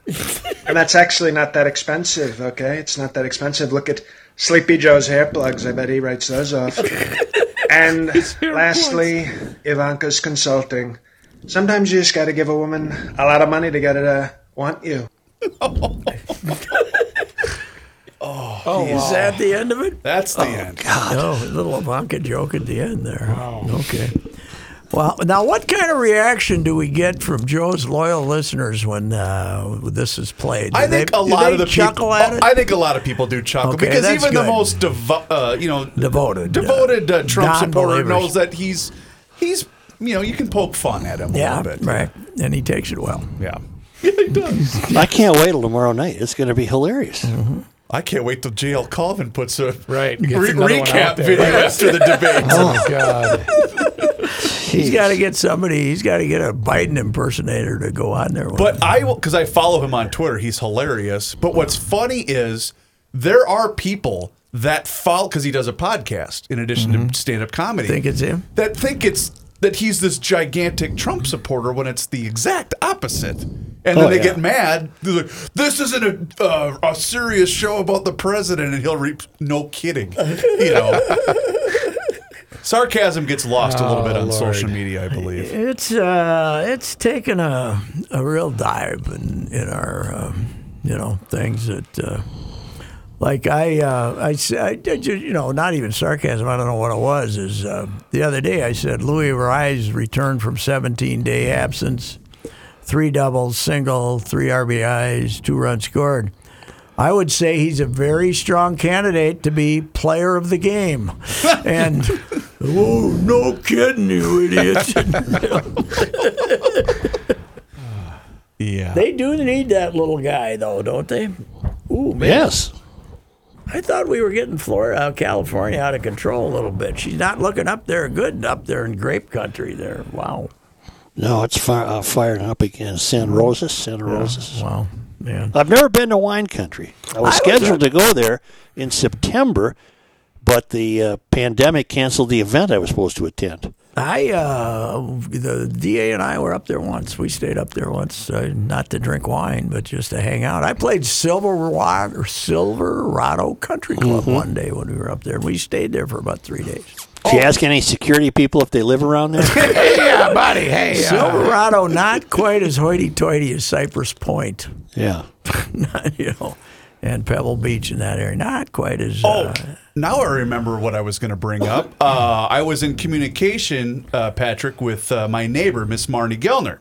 F: and that's actually not that expensive, okay? It's not that expensive. Look at Sleepy Joe's hair plugs. I bet he writes those off. and lastly, Ivanka's consulting. Sometimes you just got to give a woman a lot of money to get her to want you.
B: Is that the end of it?
C: That's the end.
B: No, a little Ivanka joke at the end there. Okay. Well, now what kind of reaction do we get from Joe's loyal listeners when uh, this is played?
C: I
B: Do they-
C: think a
B: do
C: lot
B: they
C: of the
B: chuckle
C: people. oh,
B: at it.
C: I think a lot of people do chuckle
B: Okay,
C: because
B: that's
C: even the
B: good.
C: most devo- uh, you know
B: Devoted, uh,
C: devoted uh, Trump supporter
B: non-believers.
C: knows that he's he's you know you can poke fun at him a
B: yeah,
C: little bit.
B: right. And he takes it well.
C: Yeah. Yeah, he does.
E: I can't wait till tomorrow night. It's going to be hilarious.
C: I can't wait till J.L. Calvin puts a
D: Right,
C: re-
D: gets another one
C: recap
D: out there.
C: video after the debate.
D: Oh God!
B: He's got to get somebody. He's got to get a Biden impersonator to go on there. with him.
C: But I will because I follow him on Twitter. He's hilarious. But what's
B: Uh-huh.
C: funny is there are people that follow because he does a podcast in addition to stand up comedy.
B: Mm-hmm. Think it's him?
C: that think it's that he's this gigantic Trump supporter when it's the exact opposite. And then
E: Oh,
C: they
E: yeah.
C: get mad. They're like, "This isn't a uh, a serious show about the president," and he'll reap. No kidding, you know. Sarcasm gets lost a little
B: Oh,
C: bit on social media, I believe.
B: It's uh, it's taken a a real dive in in our um, you know things that uh, like I uh, I said you know not even sarcasm I don't know what it was is uh, the other day I said Louis Rise returned from 17 day absence, three doubles, single, three RBIs, two runs scored. I would say he's a very strong candidate to be player of the game, and. Whoa, no kidding, you idiot.
C: Yeah.
B: They do need that little guy, though, don't they? Ooh, man.
E: Yes.
B: I thought we were getting Florida, uh, California out of control a little bit. She's not looking up there good up there in grape country there. Wow.
E: No, it's fire, uh, firing up again. San Rosas, Santa Rosas.
B: Wow, man.
E: I've never been to wine country. I was
B: I was
E: scheduled to go there in September, but the uh, pandemic canceled the event I was supposed to attend.
B: I, uh, the DA and I were up there once. We stayed up there once, uh, not to drink wine, but just to hang out. I played Silverado, or Silverado Country Club one day when we were up there. We stayed there for about three days.
E: If you ask any security people if they live around there,
D: yeah, buddy. Hey,
B: Silverado, not quite as hoity-toity as Cypress Point.
E: yeah.
B: you know, and Pebble Beach in that area. Not quite as.
C: Oh,
B: Uh,
C: now I remember what I was going to bring up. Uh, I was in communication, uh, Patrick, with uh, my neighbor, Miss Marnie Gellner,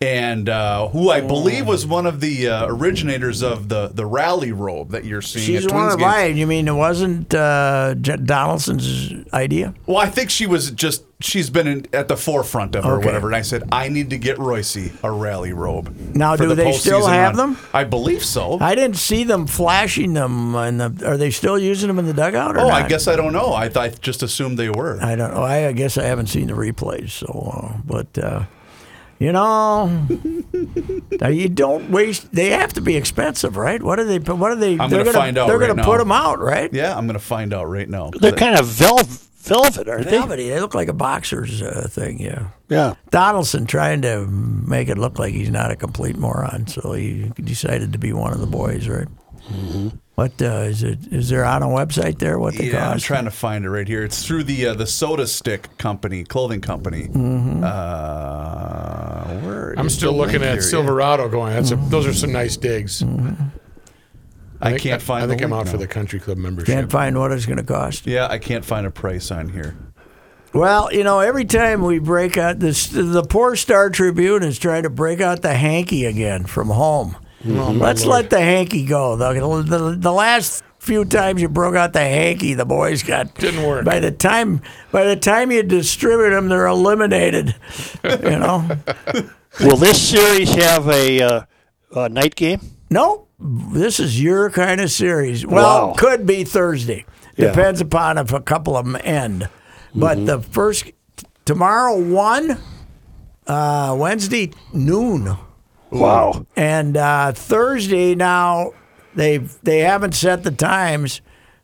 C: and uh, who I believe was one of the uh, originators of the the rally robe that you're seeing.
B: she's
C: at
B: one
C: Twins
B: of
C: games.
B: mine. You mean it wasn't uh, J- Donaldson's idea?
C: Well, I think she was just she's been in, at the forefront of it or
B: Okay.
C: whatever. And I said I need to get Royce a rally robe.
B: Now,
C: for
B: do
C: the
B: they still
C: postseason
B: have
C: run."
B: them?
C: I believe so.
B: I didn't see them flashing them. In the, are they still using them in the dugout? Or
C: oh, I
B: not?
C: guess I don't know. I, I just assumed they were.
B: I don't know. I, I guess I haven't seen the replays. So, uh, but uh, you know, now you don't waste. They have to be expensive, right? What are they? What are they?
C: I'm
B: they're
C: gonna find out
B: They're
C: right
B: going to
C: now.
B: put them out, right?
C: yeah, I'm going to find out right now.
E: They're kind of velvet, velvet aren't they?
B: Velvety. They look like a boxer's uh, thing. Yeah.
E: Yeah.
B: Donaldson trying to make it look like he's not a complete moron, so he decided to be one of the boys, right? What uh, is it? Is there on a website there what they
C: Yeah, I'm
B: cost?
C: trying to find it right here. It's through the uh, the Soda Stick Company, clothing company.
B: Mm-hmm.
C: Uh, where
D: I'm
C: is
D: still
C: the
D: looking
C: link
D: at
C: here?
D: Silverado. Going, that's a, those are some nice digs.
C: Mm-hmm. I,
D: think-
C: can't find.
D: I think
C: the
D: I'm
C: link
D: out for
C: now.
D: the country club membership.
B: Can't find what it's going to cost.
C: Yeah, I can't find a price on here.
B: Well, you know, every time we break out this, the poor Star Tribune is trying to break out the hanky again from home.
D: Mm-hmm. Oh,
B: Let's let the hanky go. The, the, the last few times you broke out the hanky, the boys got
D: Didn't work.
B: By the time by the time you distribute them, they're eliminated. You know,
E: Will this series have a, uh, a night game?
B: nope. This is your kind of series. Well,
E: Wow.
B: could be Thursday.
E: Yeah. Mm-hmm.
B: Depends upon if a couple of them end. But the first tomorrow one, uh, Wednesday noon.
E: Wow.
B: And uh, Thursday now, they they haven't set the times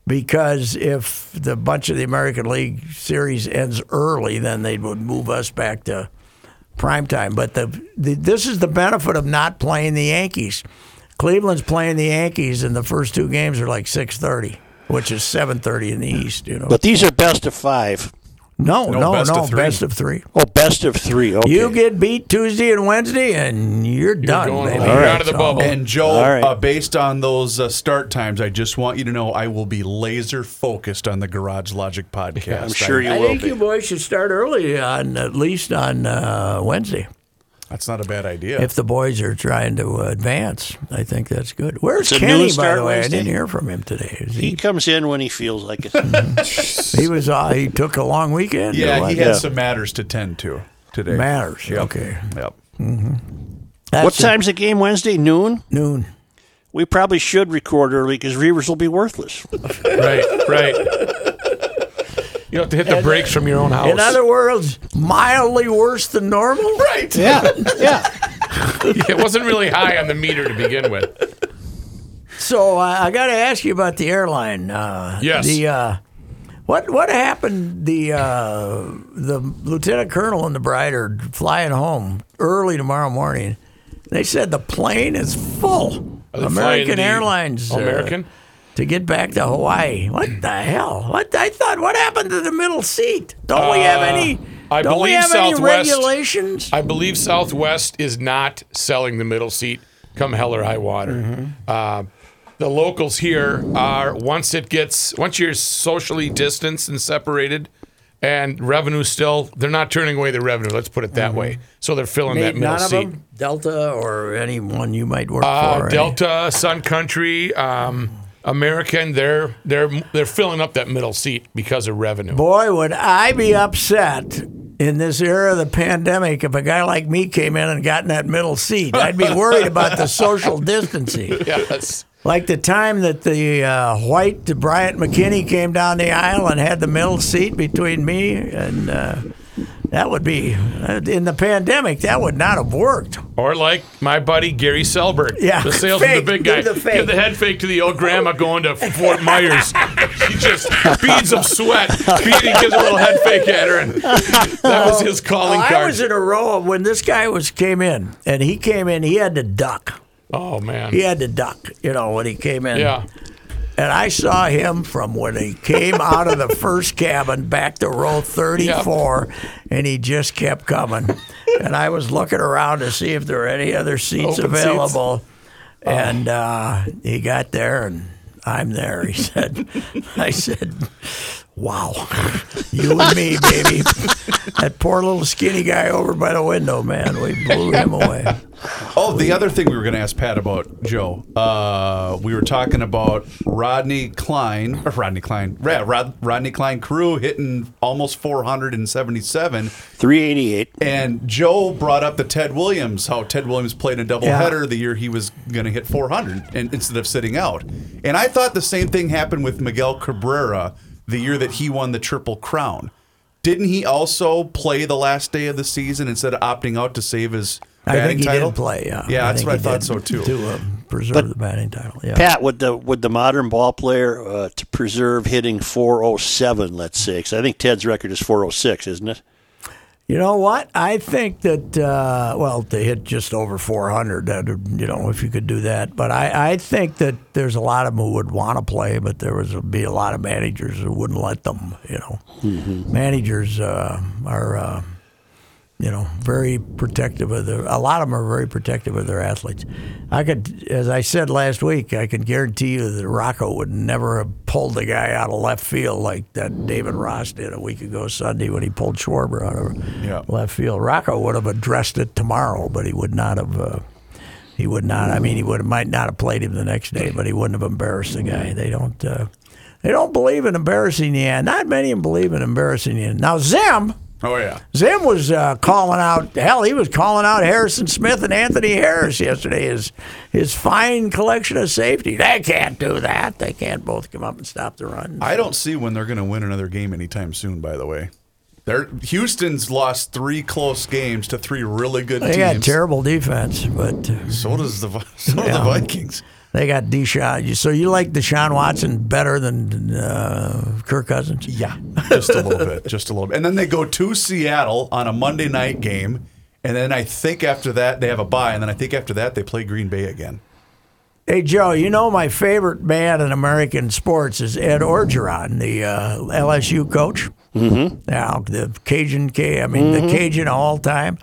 B: because if the bunch of the American League series ends early, then they would move us back to prime time. But the, the this is the benefit of not playing the Yankees. Cleveland's playing the Yankees, and the first two games are like six thirty, which is seven thirty in the East. You know,
E: But these are best of five.
B: no, no,
C: No,
B: no,
C: best of three.
B: best of three.
E: Oh, best of three. Okay.
B: You get beat Tuesday and Wednesday, and you're, done.
D: going
B: baby.
D: home. You're out of the
B: So-
D: bubble.
C: And Joe,
E: All right.
C: uh, based on those uh, start times, I just want you to know I will be laser focused on the Garage Logic podcast.
E: I'm sure you
B: I
E: will
B: think you
E: be.
B: boys should start early on at least on uh, Wednesday.
C: That's not a bad idea.
B: If the boys are trying to uh, advance, I think that's good. Where's
E: It's a noon
B: Kenny? By
E: start
B: the way,
E: Wednesday.
B: I didn't hear from him today. Is
E: He
B: he
E: comes in when he feels like it.
B: he was uh, he took a long weekend. or
C: yeah,
B: what?
C: he had
E: Yeah.
C: some matters to tend to today.
B: matters.
C: Yep.
B: Okay,
C: Yep.
B: That's
E: what
B: at
E: time's the game Wednesday? Noon?
B: Noon.
E: We probably should record early because Reavers will be worthless.
D: Right, right. You have to hit the brakes from your own house.
B: In other words, mildly worse than normal. Right.
E: Yeah, yeah.
D: it wasn't really high on the meter to begin with.
B: So uh, I got to ask you about the airline. Uh,
D: Yes.
B: The uh, what what happened? The uh, the lieutenant colonel and the bride are flying home early tomorrow morning. They said the plane is full.
D: Are they
B: American
D: flying the-
B: Airlines. uh,
D: American?
B: to get back to Hawaii. What the hell? What I thought? What happened to the middle seat? Don't we have any?
D: Uh, I
B: don't we
D: believe
B: have
D: Southwest-
B: any regulations?
D: I believe Southwest is not selling the middle seat come hell or high water.
B: Mm-hmm.
D: Uh, the locals here are once it gets once you're socially distanced and separated, and revenue still they're not turning away the revenue. Let's put it that way. So they're filling that middle
B: Mm-hmm. None of
D: seat.
B: them. Delta or anyone you might work for.
D: Uh,
B: any?
D: Delta, Sun Country, um, American, they're they're they're filling up that middle seat because of revenue.
B: Boy, would I be upset in this era of the pandemic if a guy like me came in and got in that middle seat. I'd be worried about the social distancing.
D: Yes.
B: Like the time that the uh, white to Bryant McKinney came down the aisle and had the middle seat between me and. Uh, that would be uh, in the pandemic. That would not have worked.
D: Or like my buddy Gary Selberg,
B: Yeah.
D: the salesman,
B: Fake.
D: the big guy.
B: Give the fake.
D: Give the head fake to the old grandma going to Fort Myers. she just beads of sweat. Bead- He gives a little head fake at her, and that was his calling
B: Oh, I
D: card.
B: was in a row of when this guy was came in, and he came in. He had to duck.
D: oh man,
B: He had to duck. You know when he came in.
D: yeah.
B: And I saw him from when he came out of the first cabin back to row 34, and he just kept coming. And I was looking around to see if there were any other seats
D: Open seats.
B: available.
C: Uh-huh.
B: And uh, he got there, and I'm there. He said, I said, wow, you and me, baby. That poor little skinny guy over by the window, man, we blew him away.
C: Oh, the other thing we were going to ask Pat about, Joe. Uh, we were talking about Rodney Klein, or Rodney Klein, yeah, Rod, Rodney Klein crew hitting almost 477.
E: 388.
C: And Joe brought up the Ted Williams, how Ted Williams played a doubleheader the year he was going to hit 400 and, instead of sitting out. And I thought the same thing happened with Miguel Cabrera the year that he won the Triple Crown. Didn't he also play the last day of the season instead of opting out to save his
B: I
C: batting
B: think he
C: title?
B: did play, yeah.
C: yeah, that's
B: think
C: what I
B: he
C: thought
B: did
C: so too.
B: To uh, preserve the batting title, yeah.
E: Pat, would the would the modern ball player uh, to preserve hitting 407, let's say? 'Cause I think Ted's record is 406, isn't it?
B: You know what? I think that uh, well, to hit just over 400, that you know, if you could do that. But I, I think that there's a lot of them who would want to play, but there was be a lot of managers who wouldn't let them. You know, managers uh, are uh, you know very protective of their. A lot of them are very protective of their athletes. I could, as I said last week, I can guarantee you that Rocco would never have pulled the guy out of left field like that David Ross did a week ago Sunday when he pulled Schwarber out of
C: Yeah.
B: left field. Rocco would have addressed it tomorrow, but he would not have. Uh, he would not. I mean, he would might not have played him the next day, but he wouldn't have embarrassed the guy. They don't. Uh, they don't believe in embarrassing you. Not many of them believe in embarrassing you. Now Zim,
C: Oh yeah.
B: Zim was uh, calling out. Hell, he was calling out Harrison Smith and Anthony Harris yesterday. His his fine collection of safety. They can't do that. They can't both come up and stop the run.
C: I don't see when they're going to win another game anytime soon. By the way, they're, Houston's lost three close games to three really good
B: They
C: teams.
B: got terrible defense, but.
C: So does the Vi- so do the
B: Yeah.
C: Vikings.
B: They got Deshaun. So you like Deshaun Watson better than uh, Kirk Cousins?
C: Yeah, just a little bit, just a little bit. And then they go to Seattle on a Monday night game, and then I think after that they have a bye, and then I think after that they play Green Bay again.
B: Hey Joe, you know my favorite man in American sports is Ed Orgeron, the uh, LSU coach. Mm-hmm. Now the Cajun K, I mean
C: Mm-hmm.
B: the Cajun of all time.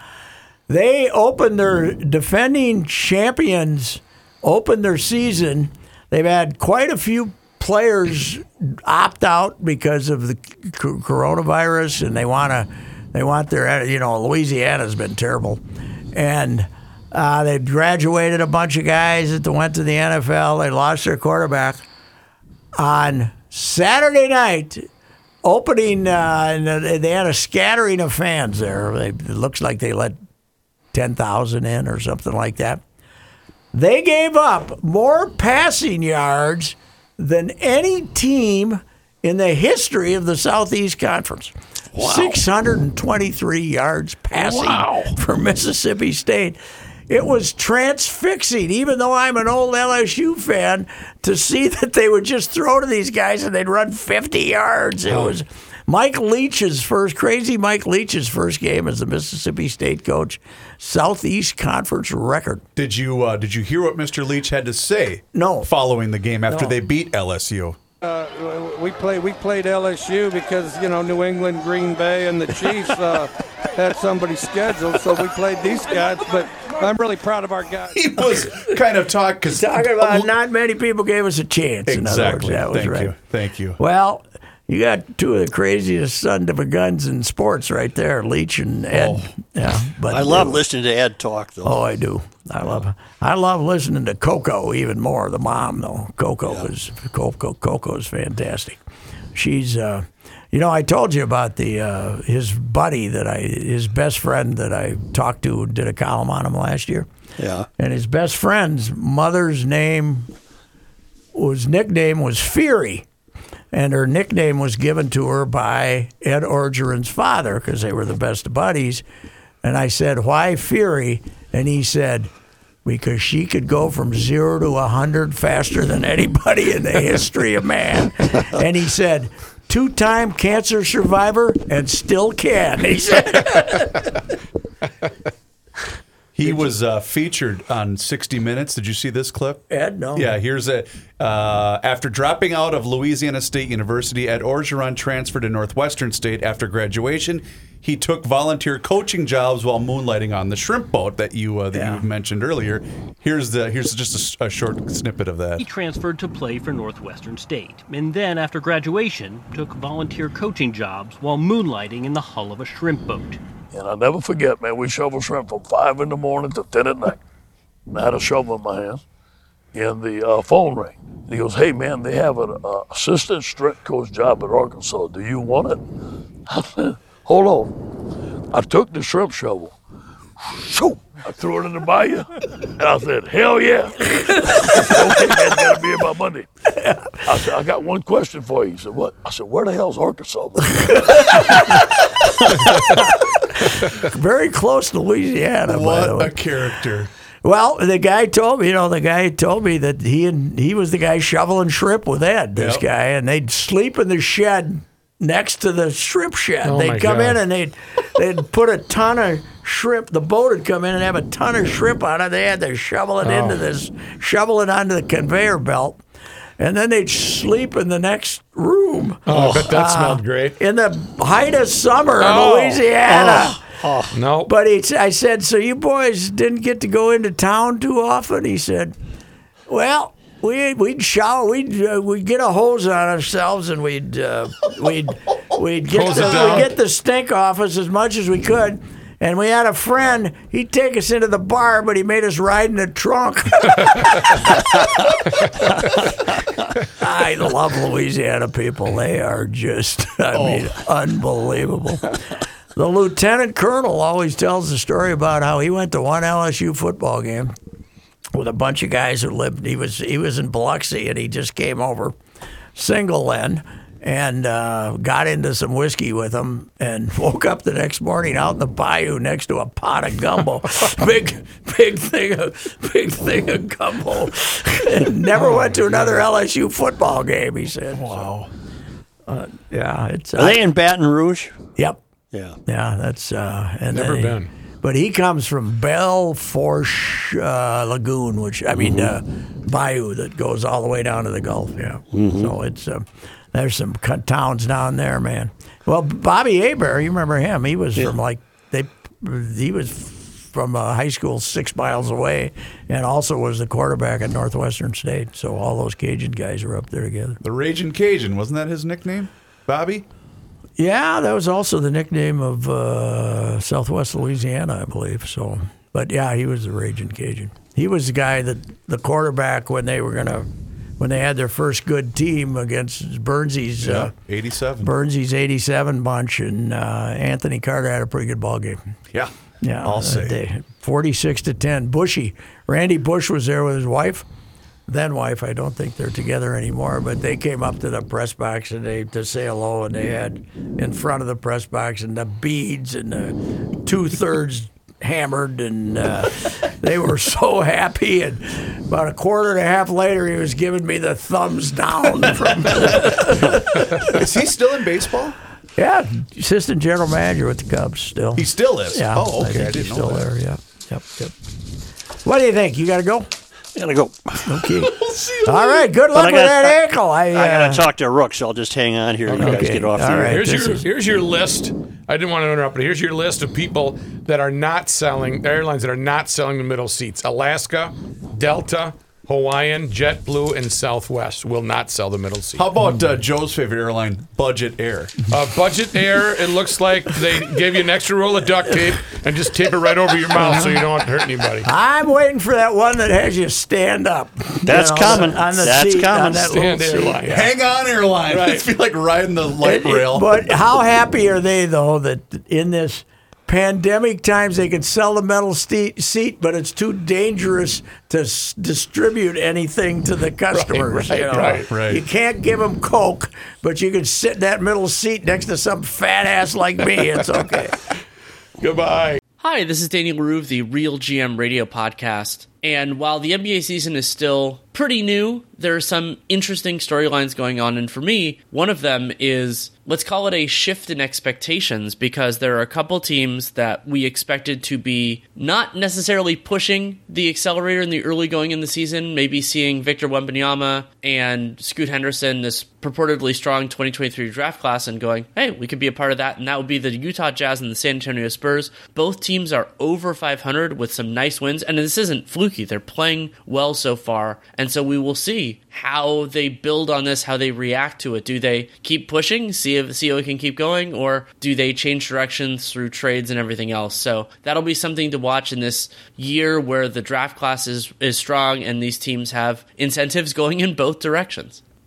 B: They opened their defending champions. Opened their season. They've had quite a few players opt out because of the c- coronavirus, and they want to. They want their. You know, Louisiana's been terrible, and. Uh, they graduated a bunch of guys that went to the NFL. They lost their quarterback on Saturday night. Opening, uh, and they they had a scattering of fans there. They, it looks like they let ten thousand in or something like that. They gave up more passing yards than any team in the history of the Southeast Conference. 623 yards passing for Mississippi State. It was transfixing, even though I'm an old LSU fan, to see that they would just throw to these guys and they'd run 50 yards. It was Mike Leach's first, crazy Mike Leach's first game as the Mississippi State coach, Southeast Conference record.
C: Did you uh, did you hear what Mr. Leach had to say?
B: No.
C: Following the game after
B: No.
C: they beat LSU.
G: Uh, we play we played LSU because you know New England, Green Bay, and the Chiefs uh, had somebody scheduled, so we played these guys. But I'm really proud of our guys.
C: He was kind of talk because
B: Talking about not many people gave us a chance. in other words.
C: exactly.
B: that was
C: Thank
B: right.
C: you. Thank you.
B: Well, you got two of the craziest son of a guns in sports right there, Leach and Ed. Yeah, but
E: I love listening to Ed talk, though.
B: Oh, I do. I love. I love listening to Coco even more. The mom though, Coco is Coco. Coco's fantastic. She's. Uh, you know, I told you about the uh, his buddy that I his best friend that I talked to did a column on him last year
E: Yeah.
B: and his best friend's mother's name was nickname was Fury, and her nickname was given to her by Ed Orgeron's father because they were the best buddies. And I said, "Why Fury?" And he said, "Because she could go from zero to a hundred faster than anybody in the history of man." and he said. Two time cancer survivor and still can. He said,
C: He was uh, featured on 60 Minutes. Did you see this clip?
B: Ed, no.
C: Yeah, here's a. Uh, after dropping out of Louisiana State University, Ed Orgeron transferred to Northwestern State after graduation. He took volunteer coaching jobs while moonlighting on the shrimp boat that you uh, that
B: Yeah.
C: you mentioned earlier. Here's the here's just a s- a, short snippet of that.
H: He transferred to play for Northwestern State, and then after graduation, took volunteer coaching jobs while moonlighting in the hull of a shrimp boat.
I: And I'll never forget, man, we shoveled shrimp from 5 in the morning to 10 at night. And I had a shovel in my hand, and the uh, phone rang. And he goes, hey, man, they have an uh, assistant strength coach job at Arkansas. Do you want it? I said, hold on. I took the shrimp shovel. Shoo! I threw it in the bayou, and I said, hell yeah. okay, man, gotta be here by Monday. I said, I got one question for you. He said, what? I said, where the hell's Arkansas?
B: very close to Louisiana. by the
C: What
B: way.
C: a character!
B: Well, the guy told me, you know, the guy told me that he and he was the guy shoveling shrimp with Ed, this
C: Yep.
B: guy, and they'd sleep in the shed next to the shrimp shed.
D: Oh, my
B: they'd come
D: God.
B: in and they'd they'd put a ton of shrimp. The boat would come in and have a ton of shrimp on it. They had to shovel it
D: Oh.
B: into this, shovel it onto the conveyor belt, and then they'd sleep in the next room
D: Oh, I bet
B: Ah.
D: that smelled great.
B: in the height of summer
D: Oh.
B: in Louisiana.
D: No,
B: But he, I said, so you boys didn't get to go into town too often? He said, well, we, we'd shower, we'd, uh, we'd get a hose on ourselves and we'd, uh, we'd, we'd, get
D: Hose it
B: the,
D: down.
B: we'd get the stink off us as much as we could. And we had a friend, he'd take us into the bar, but he made us ride in the trunk. I love Louisiana people. They are just, I
D: Oh.
B: mean, unbelievable. The lieutenant colonel always tells the story about how he went to one LSU football game with a bunch of guys who lived. He was he was in Biloxi and he just came over single then, and uh, got into some whiskey with him and woke up the next morning out in the bayou next to a pot of gumbo. big, big thing of, big thing of gumbo. and never went to another LSU football game, he said. Wow. yeah, it's.
E: Are
B: Uh,
E: they in Baton Rouge?
B: yep.
E: Yeah.
B: Yeah, that's. Uh, and then
D: Never
B: he-
D: been.
B: But he comes from Belforche uh, Lagoon, which, I mean, uh, bayou that goes all the way down to the Gulf. Yeah. So it's. Uh, there's some cut towns down there, man. Well, Bobby Aber, you remember him? He was from like they. He was from a high school six miles away, and also was the quarterback at Northwestern State. So all those Cajun guys were up there together.
C: The Raging Cajun, wasn't that his nickname? Bobby?
B: Yeah, that was also the nickname of uh, Southwest Louisiana, I believe. So, but yeah, he was the raging Cajun. He was the guy that the quarterback when they were gonna when they had their first good team against Burnsy's uh,
C: 87.
B: Burnsy's '87 bunch, and uh, Anthony Carter had a pretty good ball game.
C: yeah.
B: Yeah,
C: I'll
B: that
C: say.
B: day. forty-six to ten. Bushy, Randy Bush was there with his wife, then wife. I don't think they're together anymore. But they came up to the press box and they to say hello, and they had in front of the press box and the beads and the two-thirds hammered, and uh, they were so happy. And about a quarter and a half later, he was giving me the thumbs down from.
C: Is he still in baseball?
B: yeah, assistant general manager with the Cubs still.
C: He still is.
B: Yeah.
C: Oh,
B: I
C: okay. I,
B: think
C: didn't
B: he's still
C: know that.
B: there. Yeah. Yep. Yep. What do you think? You got to go.
E: Gotta go.
B: Okay. All right. Good luck
E: I
B: with
E: gotta-
B: that
E: I-
B: ankle. I, uh,
E: I gotta talk to Rook, so I'll just hang on here. and You guys
B: Okay.
E: get off the
B: All
E: air.
B: right.
D: Here's
B: this
D: your
B: is-
D: here's your list. I didn't want to interrupt, but here's your list of people that are not selling airlines that are not selling the middle seats. Alaska, Delta, Hawaiian, JetBlue, and Southwest will not sell the middle seat.
C: How about uh, Joe's favorite airline, Budget Air?
D: Uh, budget air. It looks like they gave you an extra roll of duct tape and just tape it right over your mouth so you don't hurt anybody.
B: I'm waiting for that one that has you stand up.
E: That's coming.
B: On the
E: That's
B: seat,
E: coming.
B: On that
D: Stand
B: little seat.
D: airline.
C: Hang on, airline.
D: Right.
C: It's feel like riding the light rail.
B: But how happy are they though that in this pandemic times they can sell the metal ste seat, but it's too dangerous to s- distribute anything to the customers.
D: right,
B: you know?
D: right,
C: right.
B: You can't give them coke, but you can sit in that middle seat next to some fat ass like me. It's okay.
D: Goodbye.
J: Hi, this is Danny LaRue of the Real GM Radio Podcast. And while the NBA season is still pretty new, there are some interesting storylines going on. And for me, one of them is let's call it a shift in expectations because there are a couple teams that we expected to be not necessarily pushing the accelerator in the early going in the season, maybe seeing Victor Wembanyama and Scoot Henderson, this purportedly strong 2023 draft class, and going, hey, we could be a part of that. And that would be the Utah Jazz and the San Antonio Spurs. Both teams are over 500 with some nice wins. And this isn't fluky, they're playing well so far. And so we will see how they build on this, how they react to it. Do they keep pushing, see if see if it can keep going, or do they change directions through trades and everything else? So that'll be something to watch in this year where the draft class is, is strong and these teams have incentives going in both directions.